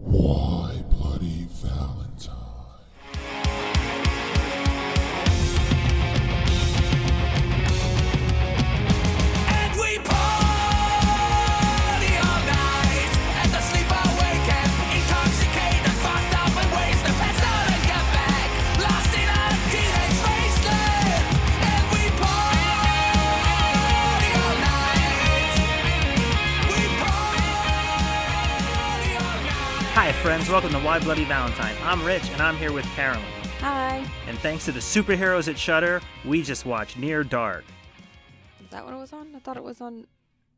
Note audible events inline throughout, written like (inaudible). Why Bloody Valentine? And we party all night, and the sleeper wake up, intoxicated, fucked up, and ways to pass out and get back, lost in a teenage wasteland. And we party all night. We party all night. Hi, friends. Welcome to Why Bloody Valentine. I'm Rich, and I'm here with Carolyn. Hi. And thanks to the superheroes at Shudder, we just watched Near Dark. Is that what it was on? I thought it was on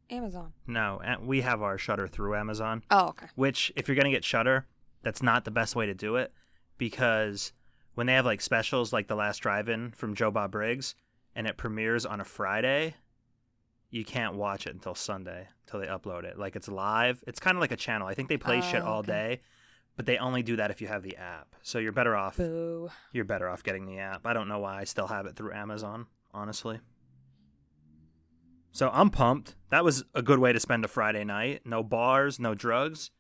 Amazon. No, and we have our Shudder through Amazon, Oh, okay. which, if you're going to get Shudder, that's not the best way to do it because when they have like specials like The Last Drive In from Joe Bob Briggs and it premieres on a Friday, you can't watch it until Sunday, until they upload it. Like it's live. It's kind of like a channel. I think they play shit Oh, all okay. day, but they only do that if you have the app. So you're better off. Boo. you're better off getting the app. I don't know why I still have it through Amazon, honestly. So I'm pumped. That was a good way to spend a Friday night. No bars, no drugs.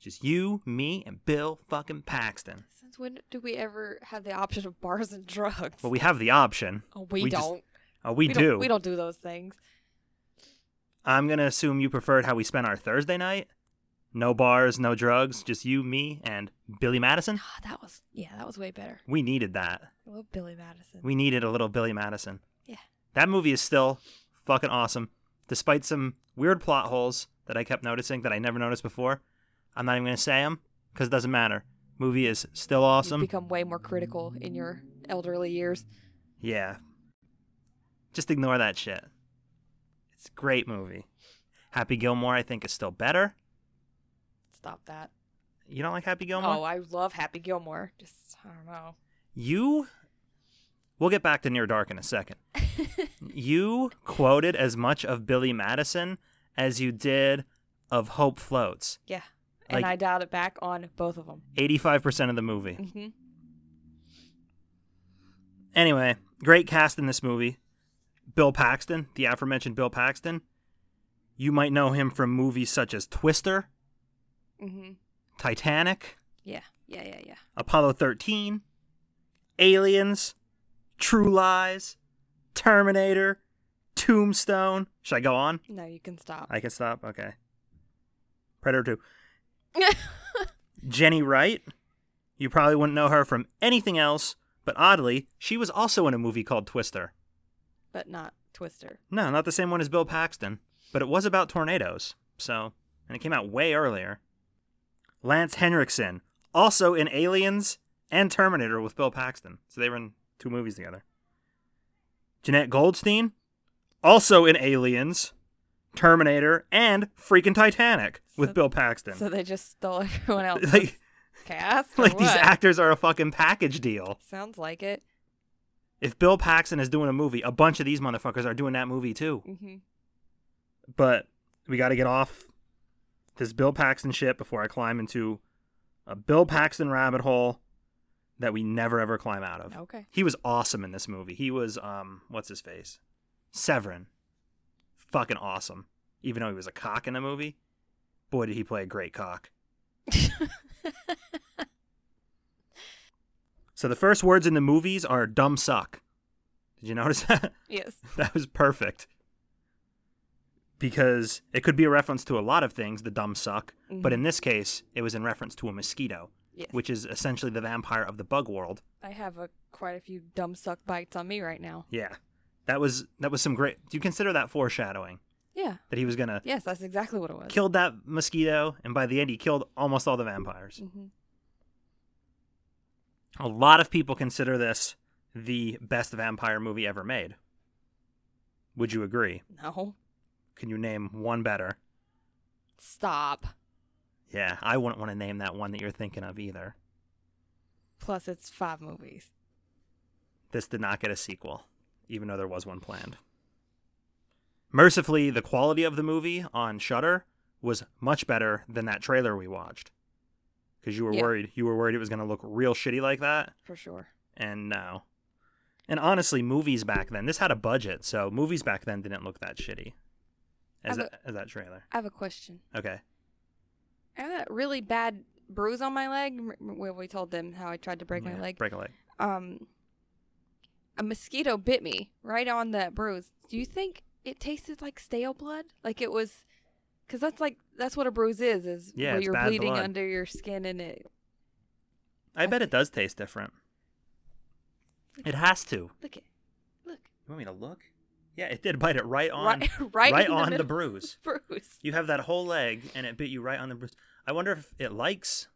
Just you, me, and Bill fucking Paxton. Since when do we ever have the option of bars and drugs? But we have the option. oh, we, just- don't. oh, we, do. Don't, we don't do those things. I'm going to assume you preferred how we spent our Thursday night. No bars, no drugs. Just you, me, and Billy Madison. Ah, that was yeah, that was way better. We needed that. I love Billy Madison. We needed a little Billy Madison. Yeah. That movie is still fucking awesome, despite some weird plot holes that I kept noticing that I never noticed before. I'm not even gonna say them because it doesn't matter. Movie is still You've awesome. become way more critical in your elderly years. Yeah. Just ignore that shit. It's a great movie. Happy Gilmore, I think, is still better. Stop that. You don't like Happy Gilmore? Oh, I love Happy Gilmore. Just I don't know. You. We'll get back to Near Dark in a second. you quoted as much of Billy Madison as you did of Hope Floats. Yeah. And Like- I dialed it back on both of them. 85% of the movie. Mm-hmm. Anyway, great cast in this movie. Bill Paxton, the aforementioned Bill Paxton. You might know him from movies such as Twister, Mm-hmm. Titanic, Yeah. Yeah. Yeah. Yeah. Apollo 13, Aliens, True Lies, Terminator, Tombstone. Should I go on? No, you can stop. I can stop. Okay. Predator 2. Jenny Wright. You probably wouldn't know her from anything else, but oddly, she was also in a movie called Twister. but not Twister. No, not the same one as Bill Paxton, but it was about tornadoes. So, and it came out way earlier. Lance Henriksen, also in Aliens and Terminator with Bill Paxton. So they were in two movies together. Jeanette Goldstein, also in Aliens, Terminator, and freaking Titanic with So- Bill Paxton. So (laughs) they just stole everyone (laughs) else's like, cast. or like these what? actors are a fucking package deal. Sounds like it. If Bill Paxton is doing a movie, a bunch of these motherfuckers are doing that movie too. hmm but we got to get off this Bill Paxton shit before I climb into a Bill Paxton rabbit hole that we never ever climb out of. Okay. He was awesome in this movie. He was um what's his face? Severin. Fucking awesome. Even though he was a cock in the movie, boy did he play a great cock. so the first words in the movies are dumb suck. Did you notice that? Yes. (laughs) That was perfect. Because it could be a reference to a lot of things, the dumb suck, but Mhm. in this case, it was in reference to a mosquito, Yes. which is essentially the vampire of the bug world. I have a quite a few dumb suck bites on me right now. Yeah. That was that was some great. Do you consider that foreshadowing Yeah. that he was going to Yes, that's exactly what it was. killed that mosquito and by the end he killed almost all the vampires. hmm A lot of people consider this the best vampire movie ever made. Would you agree? No. Can you name one better? Stop. Yeah, I wouldn't want to name that one that you're thinking of either. Plus, it's five movies. this did not get a sequel, even though there was one planned. Mercifully, the quality of the movie on Shudder was much better than that trailer we watched. because you were Yeah. worried you were worried it was going to look real shitty like that, for sure. and no. And honestly, movies back then this had a budget, so movies back then didn't look that shitty. As I've- that, as that trailer, I have a question. okay. I have that really bad bruise on my leg m- m- where we told them how I tried to break Yeah, my leg. Break a leg. Um, a mosquito bit me right on that bruise. Do you think it tasted like stale blood? Like it was, because that's like that's what a bruise is. Is Yeah, where it's you're bad bleeding blood. under your skin and it I bet it does taste different. It has to. look it look You want me to look? Yeah, it did bite it right on, right (laughs) right, right, in on the, middle of bruise. the (laughs) bruise. You have that whole leg, and it bit you right on the bruise. I wonder if it likes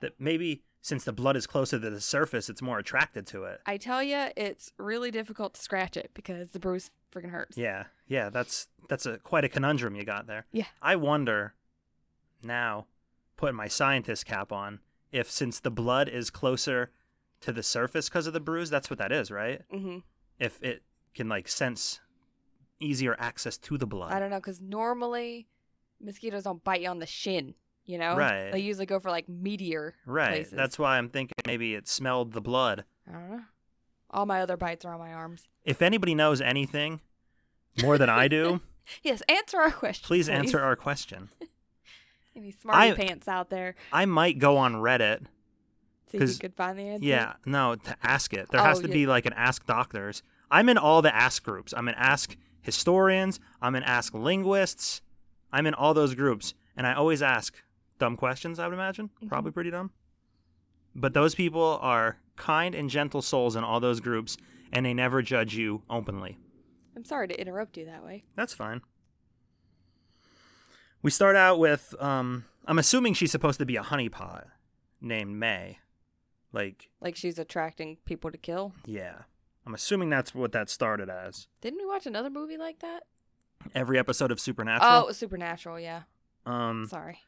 that. Maybe since the blood is closer to the surface, it's more attracted to it. I tell you, it's really difficult to scratch it because the bruise freaking hurts. Yeah, yeah. That's that's a quite a conundrum you got there. Yeah. I wonder now, putting my scientist cap on, if since the blood is closer to the surface because of the bruise, that's what that is, right? Mm-hmm. If it can like sense easier access to the blood. I don't know, because normally mosquitoes don't bite you on the shin. You know, Right. They usually go for like meteor. Right. Places. That's why I'm thinking maybe it smelled the blood. I don't know. All my other bites are on my arms. If anybody knows anything more than I (laughs) do, Yes, answer our question. please answer our question. Any smarty I- pants out there? I might go on Reddit. See if you 'Cause- could find the answer. Yeah, no, to ask it. There Oh, has to yeah. be like an Ask Doctors. I'm in all the Ask groups. I'm in Ask Historians. I'm in Ask Linguists. I'm in all those groups. And I always ask dumb questions, I would imagine. Mm-hmm. Probably pretty dumb. But those people are kind and gentle souls in all those groups, and they never judge you openly. I'm sorry to interrupt you that way. That's fine. We start out with um I'm assuming she's supposed to be a honeypot named May. Like, Like she's attracting people to kill. yeah. I'm assuming that's what that started as. Didn't we watch another movie like that? Every episode of Oh, it Supernatural. was Supernatural. Yeah. um Sorry.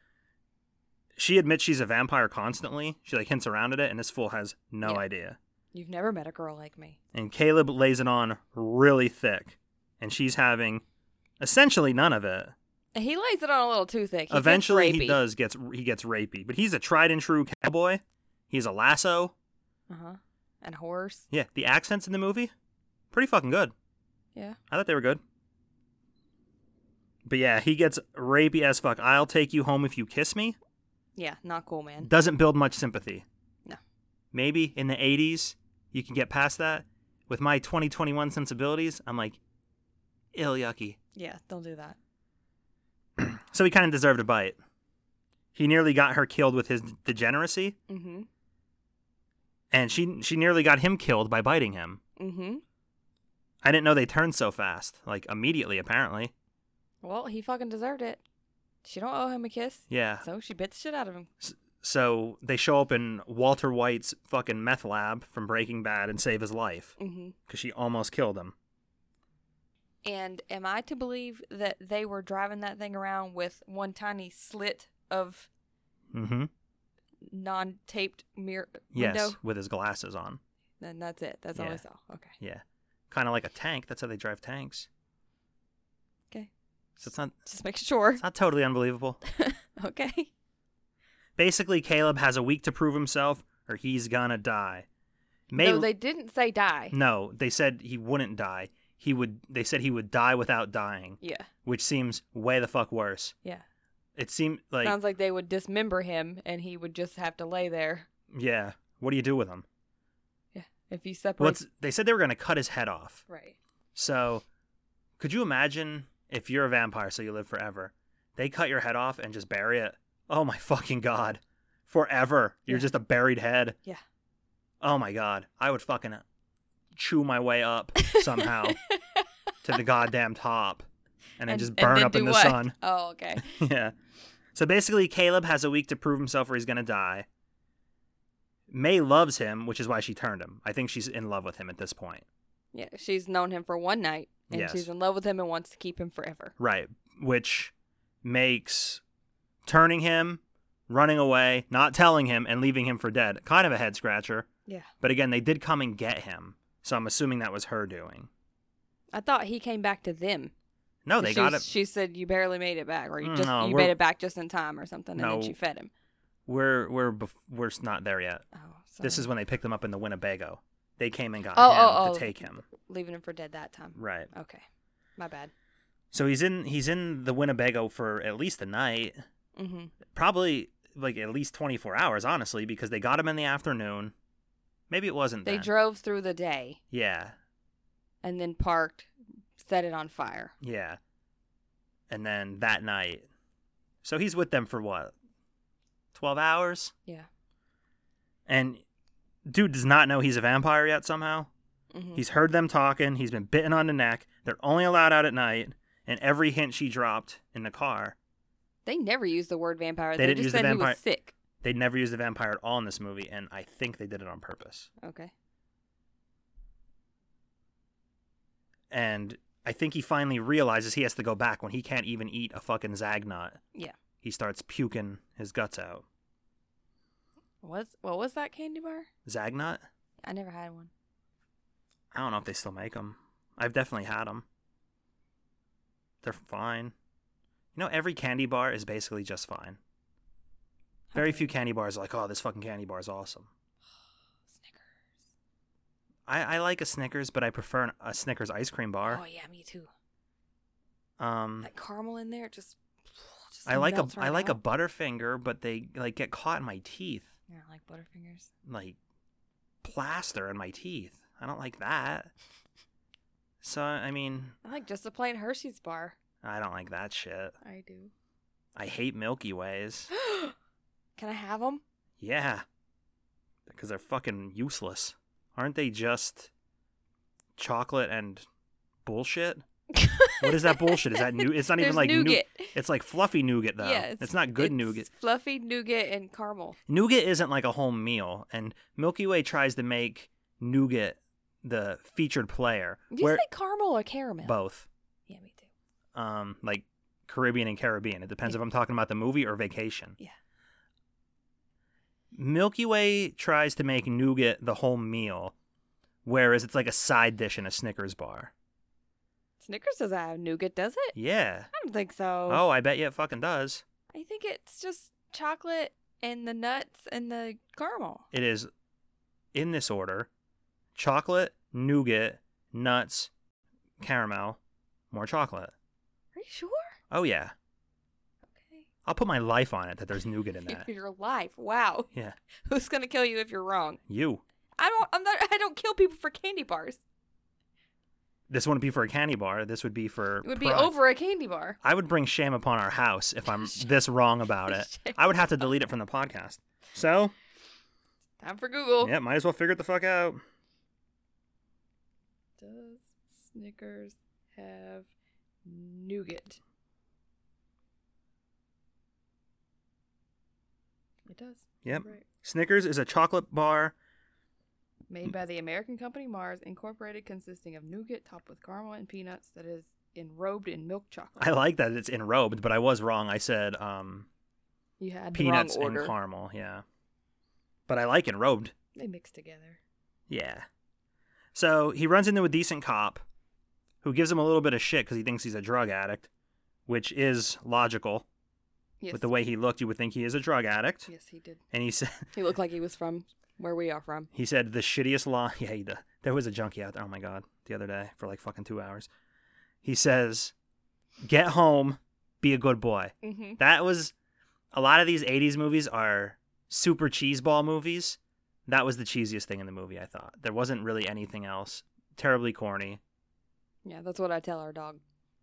she admits she's a vampire constantly. She like hints around at it and this fool has no Yeah. idea. You've never met a girl like me. And Caleb lays it on really thick and she's having essentially none of it. And He lays it on a little too thick. He gets Eventually, rapey. he does gets he gets rapey, but he's a tried and true cowboy. He's a lasso. Uh huh. And horse. Yeah, the accents in the movie, pretty fucking good. Yeah. I thought they were good. But yeah, he gets rapey as fuck. I'll take you home if you kiss me. Yeah. Not cool, man. Doesn't build much sympathy. No. Maybe in the 80s, you can get past that. With my 2021 sensibilities, I'm like, ill yucky. Yeah. Don't do that. So he kind of deserved a bite. He nearly got her killed with his degeneracy, Mm-hmm. and she she nearly got him killed by biting him. Mm-hmm. I didn't know they turned so fast, like immediately apparently. Well, he fucking deserved it. She don't owe him a kiss. Yeah. So she bit the shit out of him. So they show up in Walter White's fucking meth lab from Breaking Bad and save his life Mm-hmm. because she almost killed him. And am I to believe that they were driving that thing around with one tiny slit of Mm-hmm. non-taped mirror Yes, window? with his glasses on. Then that's it. That's all I Yeah. saw. Okay. Yeah, kind of like a tank. That's how they drive tanks. Okay. So it's not Just make (laughs) sure. (laughs) it's not totally unbelievable. okay. Basically, Caleb has a week to prove himself, or he's gonna die. May- No, they didn't say die. no, they said he wouldn't die. He would. They said he would die without dying, Yeah. which seems way the fuck worse. Yeah. It seemed like Sounds like they would dismember him and he would just have to lay there. yeah. What do you do with him? Yeah. If you separate. What's they said they were gonna cut his head off. Right. So, could you imagine if you're a vampire, so you live forever? They cut your head off and just bury it. Oh my (laughs) fucking god, forever! You're Yeah. just a buried head. Yeah. Oh my god, I would fucking chew my way up (laughs) somehow to the goddamn top, and then just burn then up in do the what? sun. (laughs) (laughs) Oh, okay. yeah. So basically, Caleb has a week to prove himself or he's going to die. May loves him, which is why she turned him. I think she's in love with him at this point. Yeah, she's known him for one night, and Yes. she's in love with him and wants to keep him forever. Right. Which makes turning him, running away, not telling him, and leaving him for dead kind of a head scratcher. Yeah. But again, they did come and get him. So I'm assuming that was her doing. I thought he came back to them. No, Oh, they she, got it. She said you barely made it back, or you Mm, just no, you we're- made it back just in time, or something, and No. then she fed him. We're we're bef- we're s- not there yet. Oh, sorry. This is when they picked him up in the Winnebago. They came and got Oh, him oh, oh. to take him. leaving him for dead that time. Right. Okay, my bad. So he's in he's in the Winnebago for at least the night, Mm-hmm. probably like at least 24 hours honestly because they got him in the afternoon. Maybe it wasn't They then. drove through the day Yeah. and then parked, set it on fire. Yeah. And then that night. So he's with them for what? 12 hours? Yeah. And dude does not know he's a vampire yet somehow. Mm-hmm. He's heard them talking. He's been bitten on the neck. They're only allowed out at night. And every hint she dropped in the car, They never used the word vampire. They, They didn't just use the said he vampire- was sick. they never used the vampire at all in this movie. And I think they did it on purpose. Okay. And I think he finally realizes he has to go back when he can't even eat a fucking Zagnut. Yeah. He starts puking his guts out. What's what was that candy bar? Zagnut? I never had one. I don't know if they still make them. I've definitely had them. They're fine. You know, every candy bar is basically just fine. Very few candy bars are like, oh, this fucking candy bar is awesome. Snickers. I, I like a Snickers, but I prefer an, a Snickers ice cream Oh bar. yeah, me too. Um, That caramel in there it just. just I like a melts I right like a out. Butterfinger, but they like get caught in my teeth, Yeah, I like Butterfingers. like plaster in my teeth. I don't like that. So I mean, I like just a plain Hershey's bar. I don't like that shit. I do. I hate Milky Ways. (gasps) Can I have them? Yeah. Because they're fucking useless. Aren't they just chocolate and bullshit? What is that bullshit? Is that new? It's not even (laughs) There's like nou- nougat. It's like fluffy nougat though. Yeah, it's, not good it's nougat. Fluffy nougat and caramel. Nougat isn't like a whole meal, and Milky Way tries to make nougat the featured player. Do you say caramel or caramel? both, Yeah, me too. um, like Caribbean and Caribbean. It depends if I'm talking about the movie or Vacation. Yeah. Milky Way tries to make nougat the whole meal, whereas it's like a side dish in a Snickers bar. Snickers doesn't have nougat, does it? Yeah. I don't think so. Oh, I bet you it fucking does. I think it's just chocolate and the nuts and the caramel. It is in this order chocolate, nougat, nuts, caramel, more chocolate. Are you sure? Oh, yeah. Okay. I'll put my life on it that there's nougat in (laughs) that. Your life. Wow. Yeah. (laughs) Who's gonna kill you if you're wrong? You. I don't. I'm not. I don't kill people for candy bars. This wouldn't be for a candy bar. This would be for. It would be pride. over a candy bar. I would bring shame upon our house if (laughs) I'm this wrong about it. Shame I would have to delete it from the podcast. So, Time for Google. yeah, might as well figure it the fuck out. Does Snickers have nougat? It does. Yep. Right. Snickers is a chocolate bar. Made by the American company Mars Incorporated, consisting of nougat topped with caramel and peanuts that is enrobed in milk chocolate. I like that it's enrobed, but I was wrong. I said um, you had the wrong peanuts and order. caramel. Yeah. But I like enrobed. they mix together. Yeah. So he runs into a decent cop who gives him a little bit of shit because he thinks he's a drug addict, which is logical. Yes. With the way he looked, you would think he is a drug addict. yes, he did. And he (laughs) said, He looked like he was from where we are from. He said the shittiest line. (laughs) Yeah, he, the, there was a junkie out there. Oh my god, the other day for like fucking two hours. He says, "Get home, be a good boy." Mm-hmm. That was a lot of these '80s movies are super cheeseball movies. That was the cheesiest thing in the movie. I thought there wasn't really anything else. Terribly corny. Yeah, that's what I tell our dog.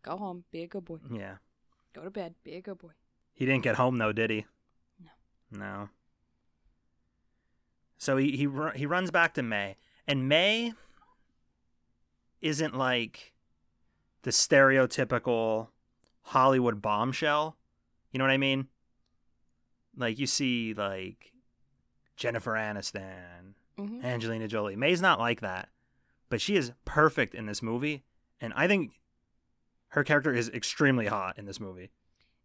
Go home, be a good boy. Yeah, Go to bed, be a good boy. he didn't get home though, did he? No. No. So he he ru- he runs back to May, and May isn't like the stereotypical Hollywood bombshell. You know what I mean? Like you see like Jennifer Aniston, Mm-hmm. Angelina Jolie. May's not like that, but she is perfect in this movie, and I think her character is extremely hot in this movie.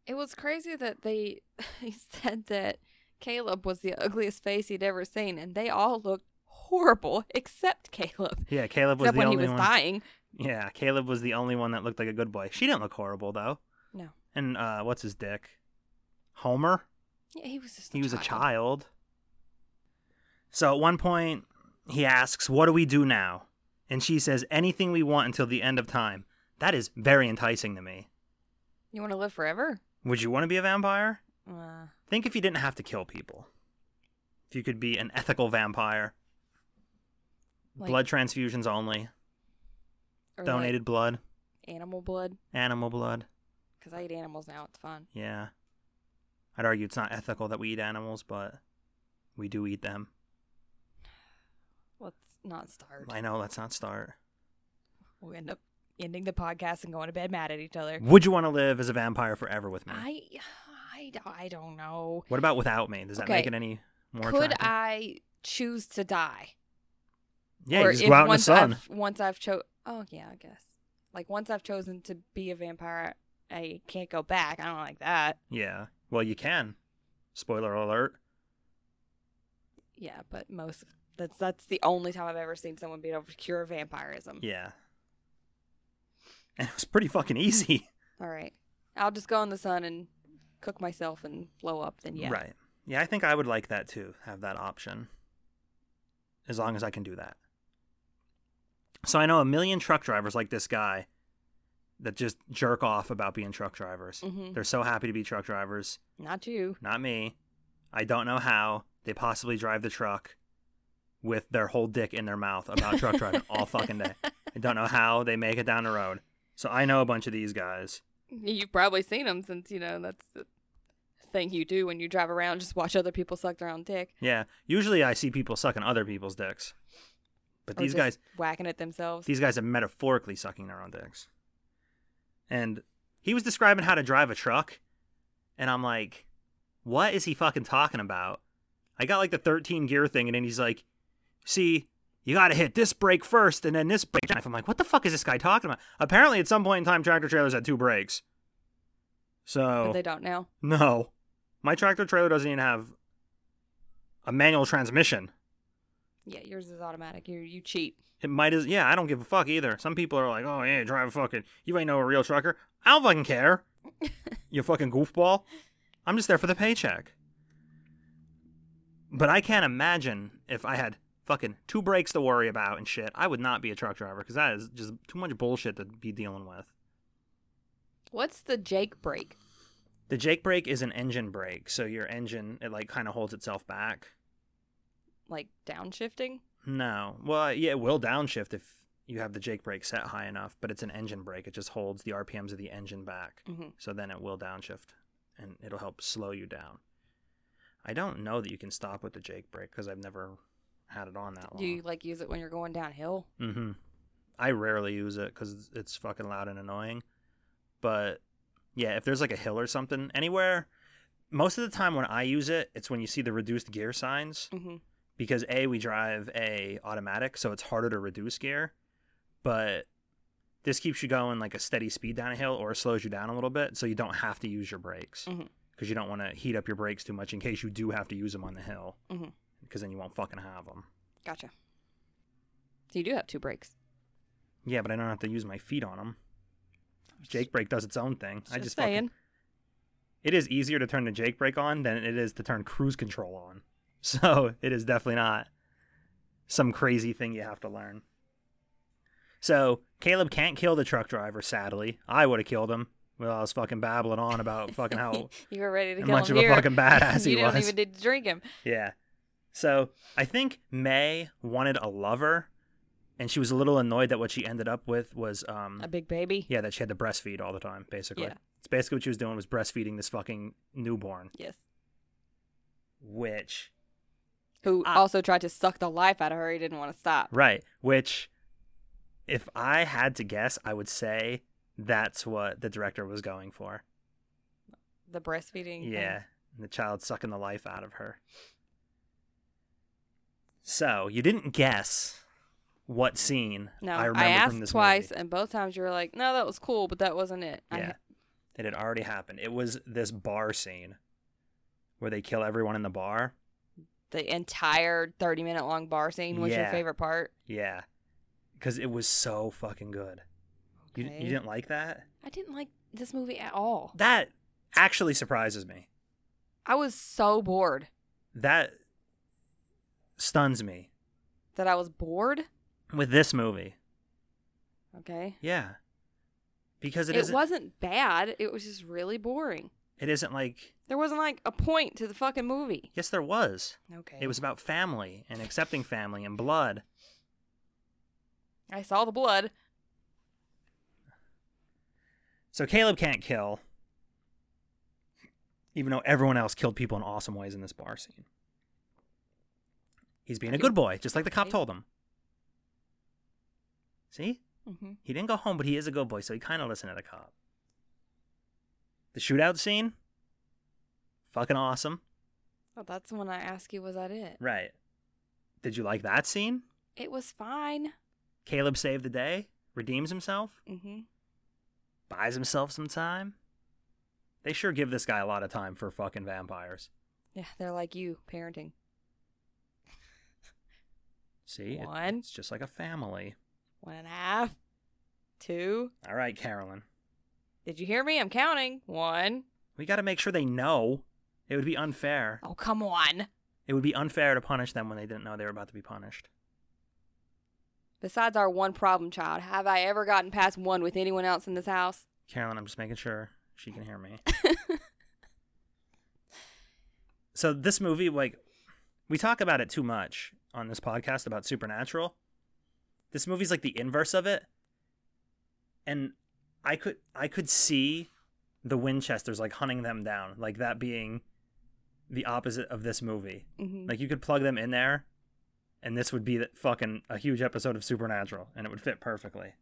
It was crazy that they (laughs) he said that Caleb was the ugliest face he'd ever seen, and they all looked horrible except Caleb. Yeah, Caleb was Except the when he only was one. dying. Yeah, Caleb was the only one that looked like a good boy. She didn't look horrible though. No. And uh what's his dick? Homer? Yeah, he was just. He was a child. So at one point, he asks, What do we do now? And she says, Anything we want until the end of time. That is very enticing to me. You want to live forever? Would you want to be a vampire? Uh, Think if you didn't have to kill people. If you could be an ethical vampire, like- blood transfusions only, or like donated blood, animal blood animal blood. because I eat animals now. It's fun. Yeah. I'd argue it's not ethical that we eat animals, but we do eat them. Let's not start. I know, let's not start. We'll end up ending the podcast and going to bed mad at each other. Would you want to live as a vampire forever with me? I, (sighs) I, d- I don't know. What about without me? Does that make Okay. it any more Could attractive? I choose to die? yeah, Or you just if go out in the once sun. I've, once I've chose. Oh yeah, I guess. Like once I've chosen to be a vampire, I can't go back. I don't like that. Yeah. Well, you can. Spoiler alert. Yeah, but most that's that's the only time I've ever seen someone be able to cure vampirism. Yeah. (laughs) And it was pretty fucking easy. All right, I'll just go in the sun and cook myself and blow up. Then yeah, Right. Yeah, I think I would like that too, have that option. As long as I can do that. So I know a million truck drivers like this guy that just jerk off about being truck drivers. Mhm. They're so happy to be truck drivers. Not you. Not me. I don't know how they possibly drive the truck with their whole dick in their mouth about truck driving (laughs) all fucking day. I don't know how they make it down the road. So I know a bunch of these guys. You've probably seen them since you know that's the thing you do when you drive around. Just watch other people suck their own dick. Yeah. Usually I see people sucking other people's dicks. But or these just guys whacking it themselves. these guys are metaphorically sucking their own dicks. And he was describing how to drive a truck, and I'm like, what is he fucking talking about? I got like the 13 gear thing, and then he's like, see, you gotta hit this brake first, and then this brake. I'm like, what the fuck is this guy talking about? Apparently, at some point in time, tractor trailers had two brakes. So oh. But they don't now. no, my tractor trailer doesn't even have a manual transmission. Yeah, yours is automatic. You you cheat. It might as yeah, I don't give a fuck either. Some people are like, oh yeah, drive a fucking you ain't no real trucker. I don't fucking care. you fucking goofball. I'm just there for the paycheck. But I can't imagine if I had fucking two breaks to worry about and shit, I would not be a truck driver because that is just too much bullshit to be dealing with. What's the Jake break? The Jake brake is an engine brake, so your engine it like kind of holds itself back. Like downshifting? No. Well, uh, yeah, it will downshift if you have the Jake brake set high enough, but it's an engine brake. It just holds the RPMs of the engine back. Mhm. So then it will downshift and it'll help slow you down. I don't know that you can stop with the Jake brake because I've never had it on that long. Do you like use it when you're going downhill? Mm-hmm. I rarely use it because it's fucking loud and annoying. But yeah, if there's like a hill or something anywhere, most of the time when I use it, it's when you see the reduced gear signs Mhm. because a we drive a automatic, so it's harder to reduce gear. But this keeps you going like a steady speed down a hill or slows you down a little bit, so you don't have to use your brakes because Mhm. you don't want to heat up your brakes too much in case you do have to use them on the hill because Mhm. then you won't fucking have them. Gotcha. So you do have two breaks. Yeah, but I don't have to use my feet on them. Jake brake does its own thing. I just (laughs) fucking, it is easier to turn the Jake brake on than it is to turn cruise control on. (laughs) So it is definitely not some crazy thing you have to learn. So Caleb can't kill the truck driver. Sadly, I would have killed him. Well, I was fucking babbling on (laughs) about fucking how you were ready to how kill much him of a here. fucking (laughs) badass you he didn't was. even need to drink him. Yeah. So I think May wanted a lover, and she was a little annoyed that what she ended up with was um A big baby. yeah, that she had to breastfeed all the time, basically. Yeah. It's basically what she was doing was breastfeeding this fucking newborn, Yes. which Who Ah. also tried to suck the life out of her. He didn't want to stop. right, which if I had to guess, I would say that's what the director was going for. The breastfeeding. thing. Yeah, and the child sucking the life out of her. So you didn't guess what scene No, I I, remember from asked this twice, movie. and both times you were like, "No, that was cool, but that wasn't it." I- Yeah, it had already happened. It was this bar scene where they kill everyone in the bar. the entire thirty-minute-long bar scene was your Yeah. favorite part. Yeah. Cuz it was so fucking good. You Okay. you didn't like that? I didn't like this movie at all. That actually surprises me. I was so bored That stuns me that I was bored. with this movie. Okay. Yeah. Because it it isn't wasn't bad. It was just really boring. it isn't like There wasn't like a point to the fucking movie. yes there was. Okay. It was about family and accepting family and blood. I saw the blood. So Caleb can't kill. Even though everyone else killed people in awesome ways in this bar scene. He's being a good boy, just like the cop Okay. told him. See? hmm He didn't go home, but he is a good boy, so he kind of listened to the cop. The shootout scene? Fucking awesome. Oh, that's when I asked you, was that it? Right. Did you like that scene? It was fine. Caleb saved the day, redeems himself, Mm-hmm. buys himself some time. They sure give this guy a lot of time for fucking vampires. Yeah, they're like you parenting. See? It- One. It's just like a family. One and a half, two. All right, Carolyn. Did you hear me? I'm counting. One. We got to make sure they know. It would be unfair. Oh, come on. It would be unfair to punish them when they didn't know they were about to be punished. Besides our one problem child, have I ever gotten past one with anyone else in this house? Carolyn, I'm just making sure she can hear me. so this movie, like, we talk about it too much on this podcast about Supernatural. This movie's like the inverse of it, and I could I could see the Winchesters like hunting them down, like that being the opposite of this movie. Mm-hmm. Like you could plug them in there, and this would be the, fucking a huge episode of Supernatural, and it would fit perfectly.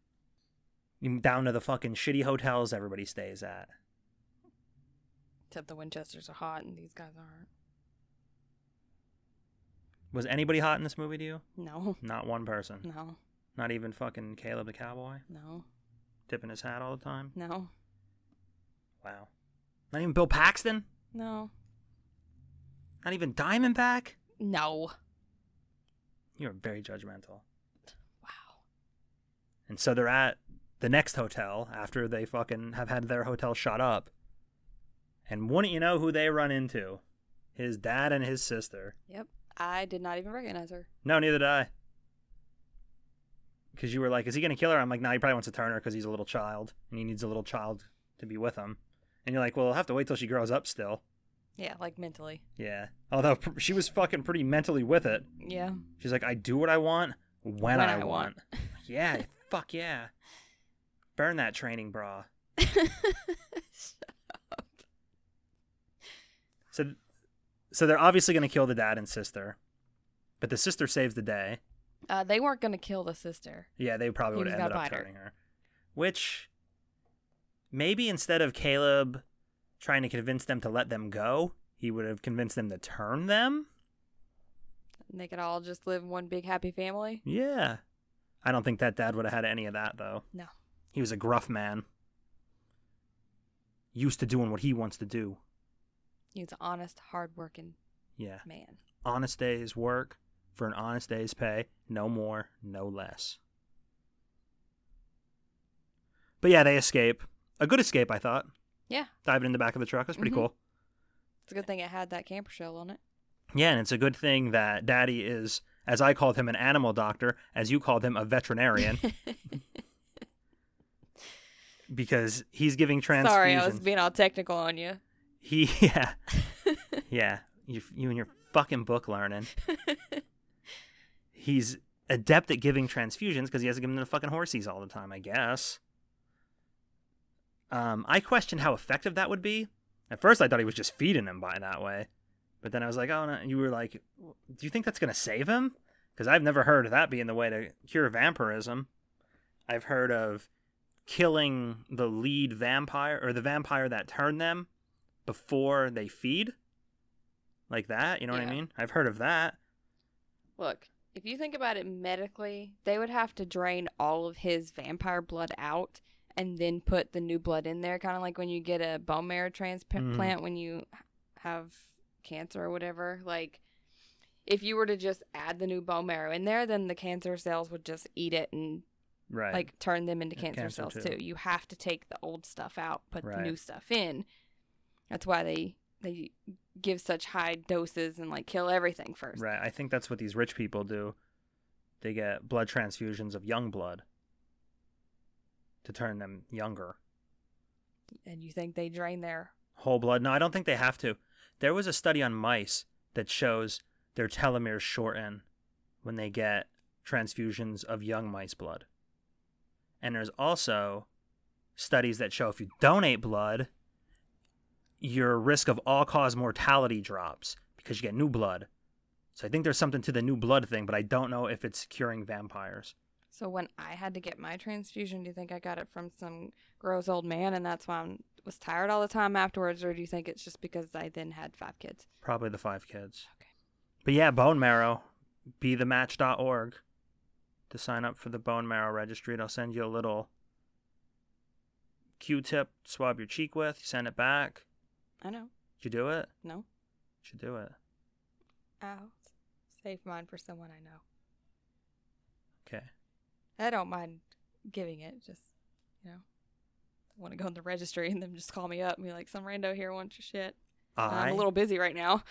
You- Down to the fucking shitty hotels everybody stays at. Except the Winchesters are hot and these guys aren't. Was anybody hot in this movie to you? No, Not one person. no, Not even fucking Caleb the cowboy no, tipping his hat all the time. no, Wow. Not even Bill Paxton. no, Not even Diamondback. no. You are very judgmental. Wow. And so they're at the next hotel after they fucking have had their hotel shot up. And wouldn't you know who they run into? His dad and his sister. Yep. I did not even recognize her. No, neither did I. Because you were like, is he going to kill her? I'm like, no, he probably wants to turn her because he's a little child and he needs a little child to be with him. And you're like, well, I'll have to wait till she grows up still. Yeah, like mentally. Yeah. Although pr- she was fucking pretty mentally with it. Yeah. She's like, I do what I want when, When I, I want. want. (laughs) yeah, fuck yeah. Burn that training (laughs) bra. So, so they're obviously going to kill the dad and sister, but the sister saves the day. Uh, they weren't going to kill the sister. Yeah, they probably He would was have ended gonna up bite her. turning her. Which maybe instead of Caleb trying to convince them to let them go, he would have convinced them to turn them. And they could all just live in one big happy family. Yeah. I don't think that dad would have had any of that though. No. He was a gruff man. Used to doing what he wants to do. He's an honest, hardworking Yeah. man. Honest day's work for an honest day's pay. No more, no less. But yeah, they escape. A good escape, I thought. Yeah. Diving in the back of the truck. That's pretty Mhm. cool. It's a good thing it had that camper shell on it. Yeah, and it's a good thing that Daddy is, as I called him, an animal doctor, as you called him, a (laughs) veterinarian. because he's giving transfusions. Sorry, I was being all technical on you. He, (laughs) yeah, yeah. You, you and your fucking book learning. he's adept at giving transfusions because he has to give them to fucking horsies all the time, I guess. Um, I questioned how effective that would be. At first, I thought he was just feeding him by that way, but then I was like, oh no. You were like, do you think that's gonna save him? Because I've never heard of that being the way to cure vampirism. I've heard of killing the lead vampire or the vampire that turned them before they feed, like that. You know what I Yeah. mean? I've heard of that. Look, if you think about it medically, they would have to drain all of his vampire blood out and then put the new blood in there, kind of like when you get a bone marrow transplant Mhm. when you h- have cancer or whatever. Like, if you were to just add the new bone marrow in there, then the cancer cells would just eat it and Right. like turn them into And cancer, cancer cells too. too. You have to take the old stuff out, put Right. the new stuff in. That's why they they give such high doses and like kill everything first. Right. I think that's what these rich people do. They get blood transfusions of young blood to turn them younger. And you think they drain their Whole blood? No, I don't think they have to. There was a study on mice that shows their telomeres shorten when they get transfusions of young mice blood. And there's also studies that show if you donate blood, your risk of all cause mortality drops because you get new blood. So I think there's something to the new blood thing, but I don't know if it's curing vampires. So when I had to get my transfusion, do you think I got it from some gross old man and that's why I was tired all the time afterwards, or do you think it's just because I then had five kids? Probably the five kids. Okay. But yeah, bone marrow. Be the match.org to sign up for the bone marrow registry. It'll send you a little Q tip swab your cheek with. You send it back. I know. Did you do it? No. Should do it. I'll save mine for someone I know. Okay. I don't mind giving it, just you know. I want to go in the registry and then just call me up and be like, some rando here wants your shit. I I'm a little busy right now.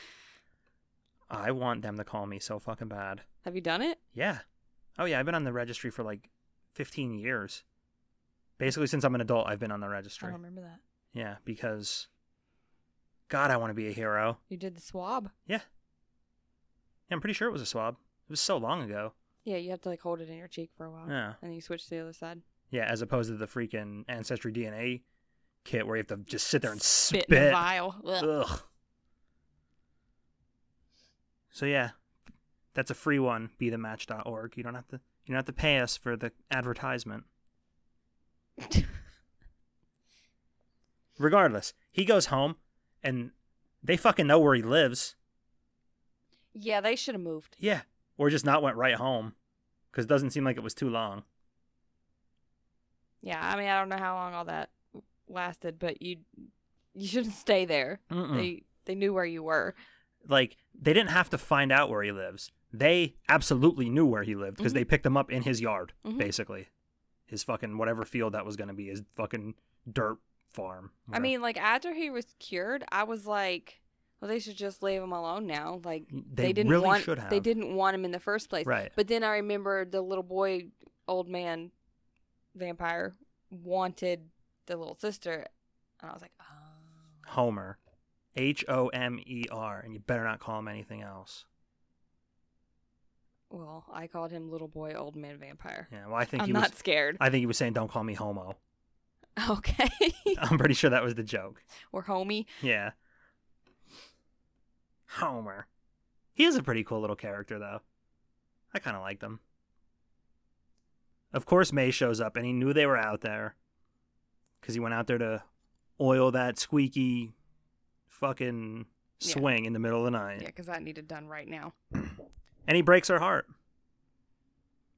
I want them to call me so fucking bad. Have you done it? Yeah. Oh yeah, I've been on the registry for like 15 years. Basically since I'm an adult I've been on the I registry. don't remember that. Yeah, because God, I want to be a hero. You did the swab. Yeah. yeah. I'm pretty sure it was a swab. It was so long ago. Yeah, you have to like hold it in your cheek for a while. Yeah. And then you switch to the other side. Yeah, as opposed to the freaking ancestry DNA kit where you have to just sit there and spit. Spit in a vial. Ugh. Ugh. So yeah, that's a free one. Be the match.org. You don't have to. You don't have to pay us for the (laughs) advertisement. Regardless, he goes home, and they fucking know where he lives. Yeah, they should have moved. Yeah, or just not went right home, because it doesn't seem like it was too long. Yeah, I mean, I don't know how long all that lasted, but you you shouldn't stay there. Mm-mm. They they knew where you were. Like they didn't have to find out where he lives. They absolutely knew where he lived because Mm-hmm. they picked him up in his yard, Mhm. basically. His fucking whatever field that was going to be, his fucking dirt farm. I whatever. mean, like after he was cured, I was like, well, they should just leave him alone now. Like they, they, didn't really want should have. they didn't want him in the first place. Right. But then I remembered the little boy, old man, vampire wanted the little sister, and I was like, oh, Homer, H O M E R, and you better not call him anything else. well, I called him little boy, old man, vampire. Yeah. Well, I think I'm he not was. scared. I think he was saying, "Don't call me homo." (laughs) (laughs) Okay, I'm pretty sure that was the joke. or homie. Yeah. Homer. He is a pretty cool little character, though. I kind of liked him. Of course, May shows up, and he knew they were out there because he went out there to oil that squeaky fucking Yeah. swing in the middle of the night. Yeah, because I need it done right now. And he breaks her heart,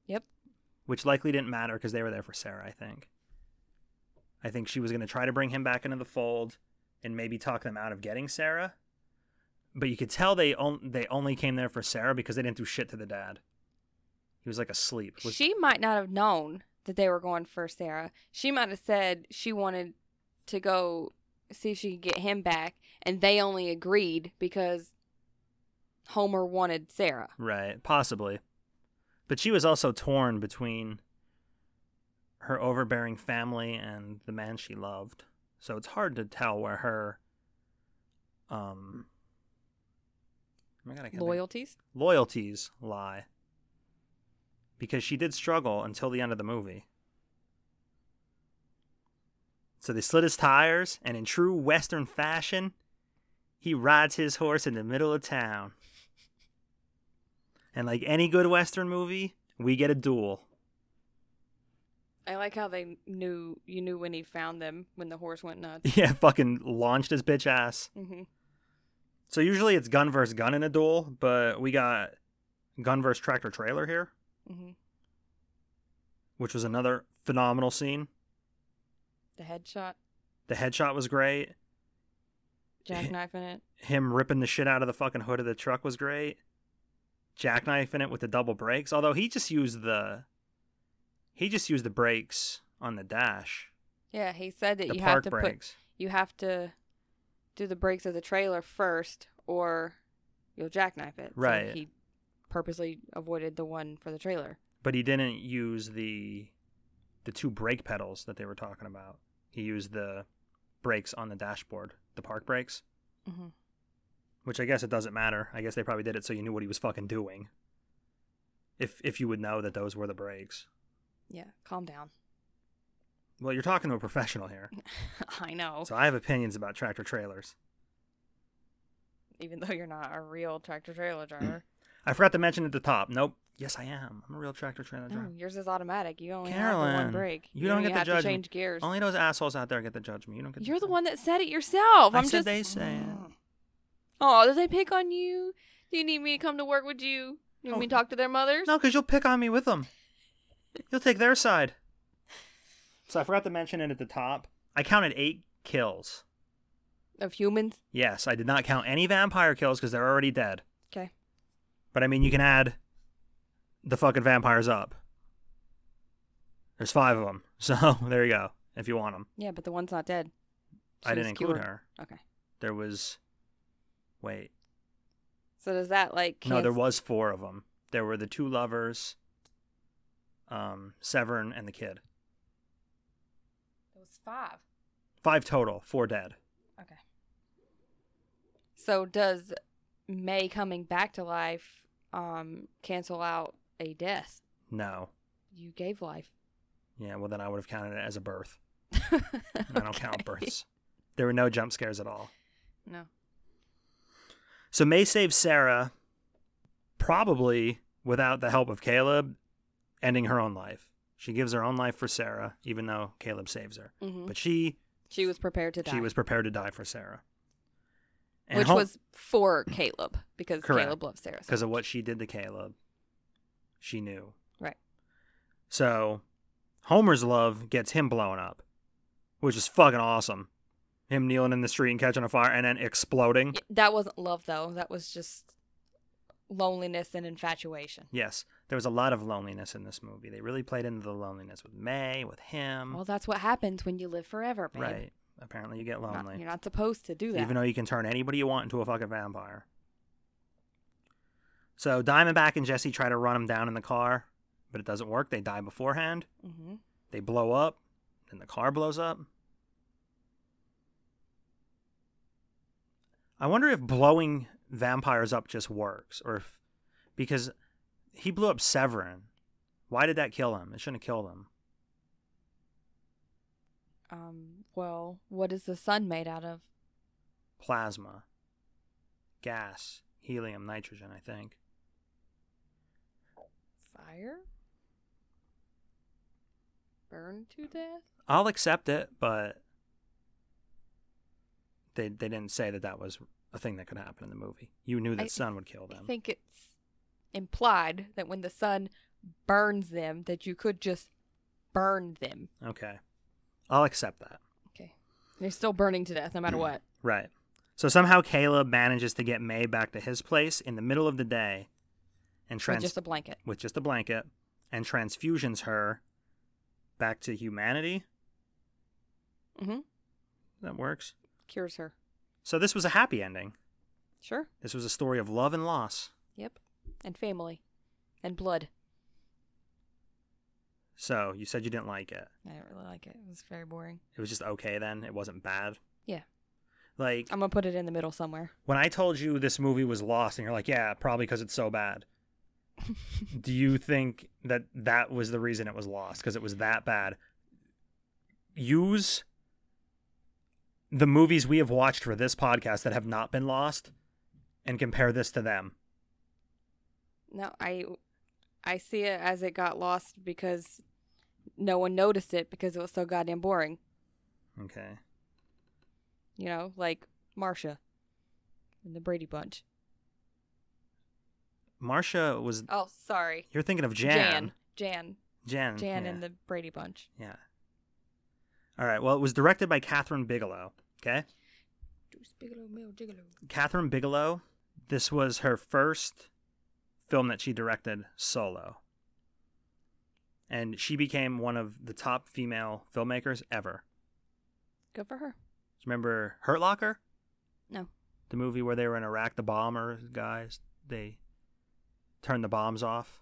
Yep. which likely didn't matter because they were there for Sarah, I think. I think she was going to try to bring him back into the fold and maybe talk them out of getting Sarah. But you could tell they on- they only came there for Sarah because they didn't do shit to the dad. He was like asleep. Was- She might not have known that they were going for Sarah. She might have said she wanted to go see if she could get him back, and they only agreed because Homer wanted Sarah. Right, possibly. But she was also torn between her overbearing family and the man she loved. So it's hard to tell where her um oh my God, I can't think- Loyalties? loyalties lie. Because she did struggle until the end of the movie. So they slit his tires, and in true Western fashion, he rides his horse in the middle of town. And like any good Western movie, we get a duel. (laughs) I like how they knew you knew when he found them when the horse went (laughs) nuts. Yeah, fucking launched his bitch ass. hmm So usually it's gun versus gun in a duel, but we got gun versus tractor trailer here. hmm which was another phenomenal scene. The headshot, The headshot was great. jackknife in it. Him ripping the shit out of the fucking hood of the truck was great. Jackknifing it with the double brakes, although he just used the he just used the brakes on the dash, Yeah, he said that the you have park to put brakes. you have to do the brakes of the trailer first or you'll jackknife it. So Right. he purposely avoided the one for the trailer. but he didn't use the the two brake pedals that they were talking about. He used the brakes on the dashboard, the park brakes, Mhm. which I guess it doesn't matter. I guess they probably did it so you knew what he was fucking doing. If if you would know that those were the brakes. Yeah, calm down. (laughs) Well, you're talking to a professional here, I know. so I have opinions about tractor trailers. Even though you're not a real (clears throat) tractor trailer driver. I forgot to mention at the top. Nope. Yes, I am. I'm a real tractor trailer no, driver. yours is automatic. You Oh, only have the Carolyn, one break. you, don't even get to have judge. to me. change gears. Only those assholes out there get the judgment. You don't get. to You're the judge me. one that said it yourself. I I'm said just Mm. they say it. Oh, did they pick on you? Do you need me to come to work with you? You want me to Oh. talk to their mothers? No, because you'll pick on me with them. You'll take their side. So I forgot to mention it at the top. I counted eight kills. Of humans? Yes, I did not count any vampire kills because they're already dead. Okay. But I mean, you can add the fucking vampires up. There's five of them. (laughs) So there you go. If you want them, Yeah, but the one's not dead. I She was didn't include cured. her. Okay. There was. Wait. So does that like No, there canc- was four of them. There were the two lovers, um, Severn, and the kid. It was five. Five total, four dead. Okay. So does May coming back to life um cancel out a death? No. You gave life. (laughs) Yeah, well, then I would have counted it as a birth. I I don't count (laughs) births. There were no jump scares at all. No. So May saves Sarah, probably without the help of Caleb, ending her own life. She gives her own life for Sarah, even though Caleb saves her. Mhm. But she She was prepared to die. she was prepared to die for Sarah, And which ho- was for Caleb because Correct. Caleb loves Sarah. so because of what much. she did to Caleb. She knew. Right. So Homer's love gets him blown up, which is fucking awesome. Him kneeling in the street and catching a fire and then exploding. Y- That wasn't love though. That was just loneliness and infatuation. Yes, there was a lot of loneliness in this movie. They really played into the loneliness with May, with him. Well, that's what happens when you live forever, babe. Um, right. Apparently, you get Not- lonely. you're not supposed to do that. Even though you can turn anybody you want into a fucking vampire. So Diamondback and Jesse try to run him down in the car, but it doesn't work. They die beforehand. hmm They blow up, and the car blows up. I wonder if blowing vampires up just works, or if because he blew up Severin. Why did that kill him? It shouldn't have killed him. Um, well, what is the sun made out of? Plasma, gas, helium, nitrogen. I think. Fire? Burned to death? I'll accept it, but they they didn't say that that was a thing that could happen in the movie. You knew that I- sun would kill them. I think it's implied that when the sun burns them, that you could just burn them. Okay, I'll accept that. Okay. They're still burning to death no matter what. Right. So somehow Caleb manages to get May back to his place in the middle of the day, and With trans just a blanket. with just a blanket, and transfusions her back to humanity. hmm That works. Cures her. So this was a happy ending. Sure. This was a story of love and loss. Yep. And family. And blood. So you said you didn't like it. I didn't really like it. It was very boring. It was just okay then. It wasn't bad. Yeah. Like I'm going to put it in the middle somewhere. when I told you this movie was lost, and you're like, "Yeah, probably because it's so (laughs) bad." Do you think that that was the reason it was lost because it was that bad? Use the movies we have watched for this podcast that have not been lost, and compare this to them. No, I I see it as it got lost because no one noticed it because it was so goddamn boring. Okay. You know, like Marsha and the Brady Bunch. Marcia was. Oh, sorry. You're thinking of Jan. Jan. Jan. Jan, yeah. and the Brady Bunch. Yeah. All right. Well, it was directed by Catherine Bigelow. Okay. Deuce Bigelow, Mill Gigolo. Catherine Bigelow, this was her first film that she directed solo. And she became one of the top female filmmakers ever. Good for her. Remember Hurt Locker? No. The the movie where they were in Iraq, the bomber guys, they turned the bombs off.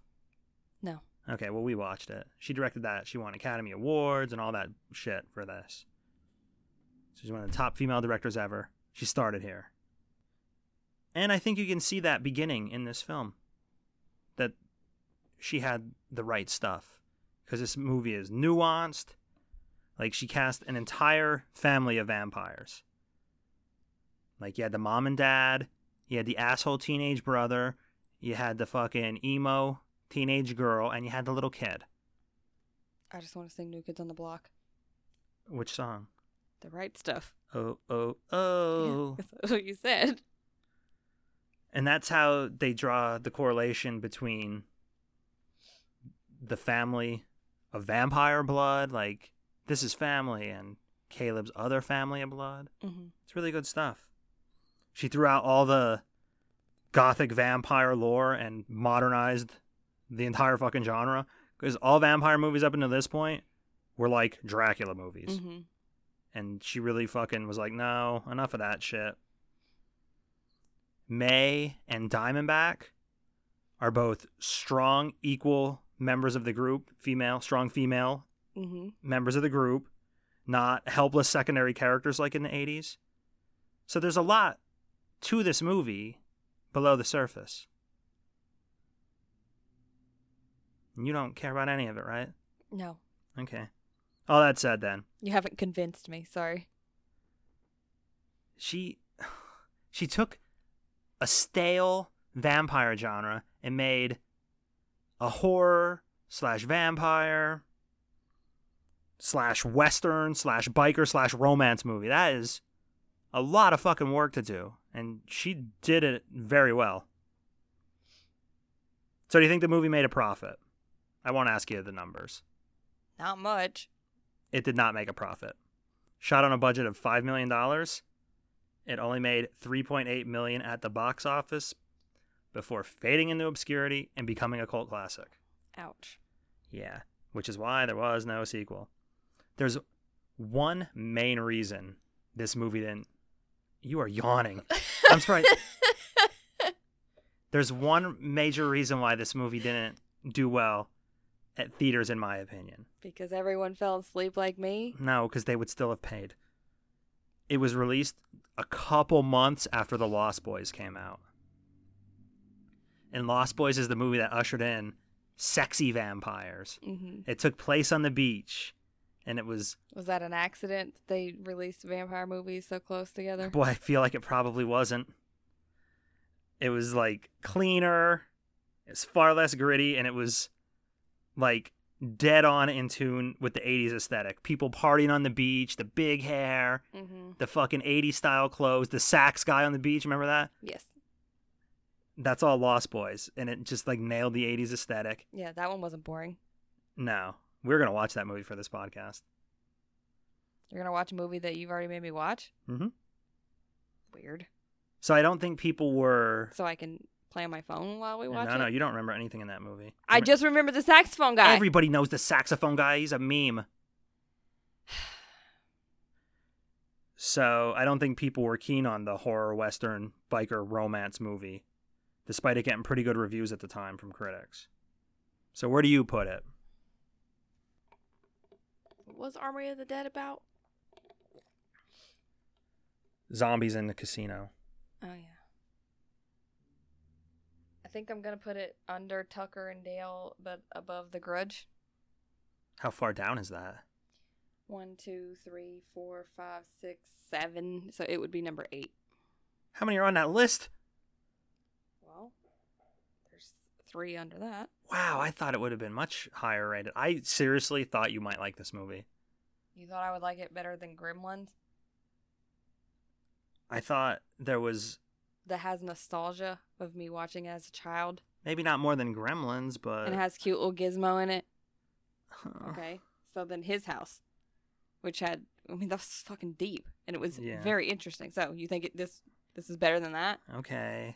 No. Okay, well, we watched it. She directed that. She won Academy Awards and all that shit for this. She's one of the top female directors ever. She started here. And I think you can see that beginning in this film that she had the right stuff because this movie is nuanced. Like, she cast an entire family of vampires. Like, you had the mom and dad, you had the asshole teenage brother, you had the fucking emo teenage girl, and you had the little kid. I just want to sing New Kids on the Block. Which song? The right stuff. Oh, oh, oh. (laughs) That's what you said. and that's how they draw the correlation between the family of vampire blood like this is family and caleb's other family of blood Mm-hmm. it's really good stuff she threw out all the gothic vampire lore and modernized the entire fucking genre because all vampire movies up until this point were like dracula movies Mm-hmm. and she really fucking was like, no, enough of that shit. May and Diamondback are both strong, equal members of the group, female, strong female Mm-hmm. members of the group, not helpless secondary characters like in the 80s. So there's a lot to this movie below the surface. You don't care about any of it, right? No, Okay. All that said, then. you haven't convinced me. Sorry. she she took a stale vampire genre and made a horror slash vampire slash western slash biker slash romance movie that is a lot of fucking work to do and she did it very well so do you think the movie made a profit i won't ask you the numbers Not much. it did not make a profit. Shot on a budget of five million dollars, it only made three point eight million at the box office before fading into obscurity and becoming a cult classic. Ouch. Yeah, which is why there was no sequel. There's one main reason this movie didn't. You are yawning. I'm sorry. There's one major reason why this movie didn't do well at theaters, in my opinion. Because everyone fell asleep like me. No, because they would still have paid. It was released a couple months after The Lost Boys came out. And Lost Boys is the movie that ushered in sexy vampires. Mm-hmm. It took place on the beach, and it was Was that an accident? that They released vampire movies so close together. Boy, I feel like it probably wasn't. It was like cleaner, it's far less gritty, and it was like dead on in tune with the 80s aesthetic. People partying on the beach, the big hair, Mm-hmm. the fucking 80s style clothes, the sax guy on the beach, remember that? Yes. That's all Lost Boys, and it just like nailed the 80s aesthetic. Yeah, that one wasn't boring. No, we're going to watch that movie for this podcast. You're gonna watch a movie that you've already made me watch. Mhm. Weird. So I don't think people were. So I can play on my phone while we watch No, it. no, you don't remember anything in that movie. I Remember- just remember the saxophone guy. Everybody knows the saxophone guy. He's a meme. (sighs) So I don't think people were keen on the horror western biker romance movie, despite it getting pretty good reviews at the time from critics. So where do you put it? what was Armory of the Dead about? Zombies in the casino. Oh yeah. I think I'm gonna put it under Tucker and Dale, but above The Grudge. How far down is that? One, two, three, four, five, six, seven. So it would be number eight. How many are on that list? Well, there's three under that. Wow, I thought it would have been much higher rated. I seriously thought you might like this movie. You thought I would like it better than Gremlins? I thought there was That has nostalgia of me watching it as a child, maybe not more than Gremlins, but and it has cute little Gizmo in it. Okay, so then his house, which had, I mean, that was fucking deep, and it was Yeah. very interesting. So you think it, this this is better than that? Okay.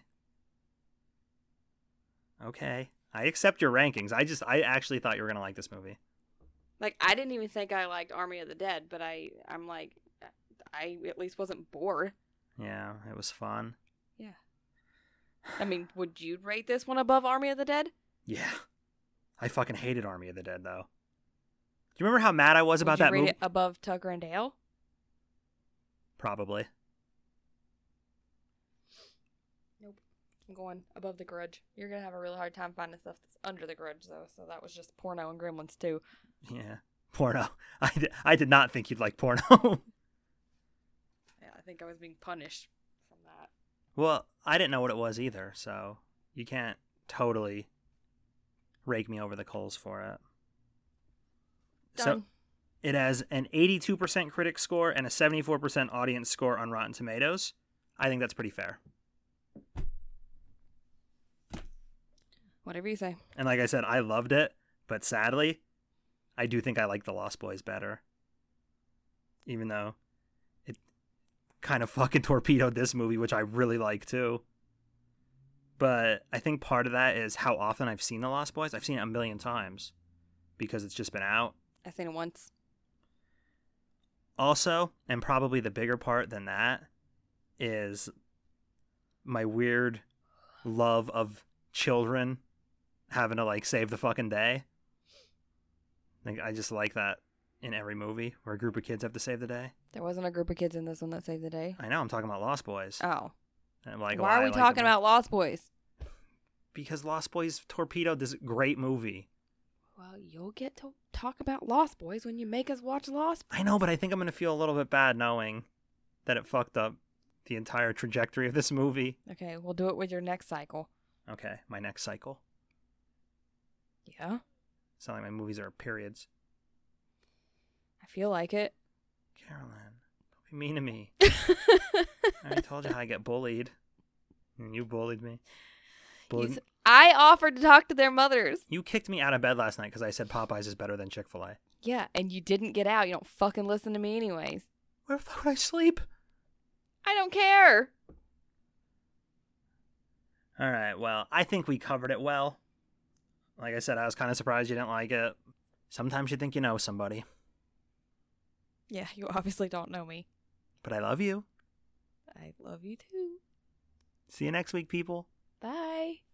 Okay. I accept your rankings. I just I actually thought you were gonna like this movie. Like I didn't even think I liked Army of the Dead, but I I'm like, I at least wasn't bored. Yeah, it was fun. I mean, would you rate this one above Army of the Dead? Yeah. I fucking hated Army of the Dead though. Do you remember how mad I was about would you that rate movie? it above Tucker and Dale? Probably. I'm going above the grudge. You're gonna have a really hard time finding stuff that's under the grudge though, so that was just porno and gremlins too. Yeah. Porno. (laughs) I did, I did not think you'd like porno. (laughs) Yeah, I think I was being punished from that. well, I didn't know what it was either, so you can't totally rake me over the coals for it. So Done. it has an 82% critic score and a 74% audience score on Rotten Tomatoes. I think that's pretty fair. Whatever you say. And like I said, I loved it, but sadly, I do think I like The Lost Boys better. Even though it kind of (laughs) fucking torpedoed this movie, which I really like too. But I think part of that is how often I've seen The Lost Boys. I've seen it a million times because it's just been out. I seen it once. Also, and probably the bigger part than that is my weird love of children having to like save the fucking day. Like I just like that in every movie where a group of kids have to save the day. There wasn't a group of kids in this one that saved the day. I know I'm talking about Lost Boys. Oh. And I'm like, Why I are we like them. talking about Lost Boys? Because Lost Boys torpedoed this great movie. Well, you'll get to talk about Lost Boys when you make us watch Lost I know, but I think I'm gonna feel a little bit bad knowing that it fucked up the entire trajectory of this movie. Okay, we'll do it with your next cycle. Okay, my next cycle. Yeah, It's not like my movies are periods. I feel like it. Carolyn, don't be mean to me. I already told you how I get bullied. And you bullied me. Bullied He's- I offered to talk to their mothers. You kicked me out of bed last night because I said Popeyes is better than Chick fil A. Yeah, and you didn't get out. You don't fucking listen to me, anyways. Where the fuck would I sleep? I don't care. All right, well, I think we covered it well. Like I said, I was kind of surprised you didn't like it. Sometimes you think you know somebody, Yeah, you obviously don't know me. but I love you. I love you too. See you next week, people. Bye.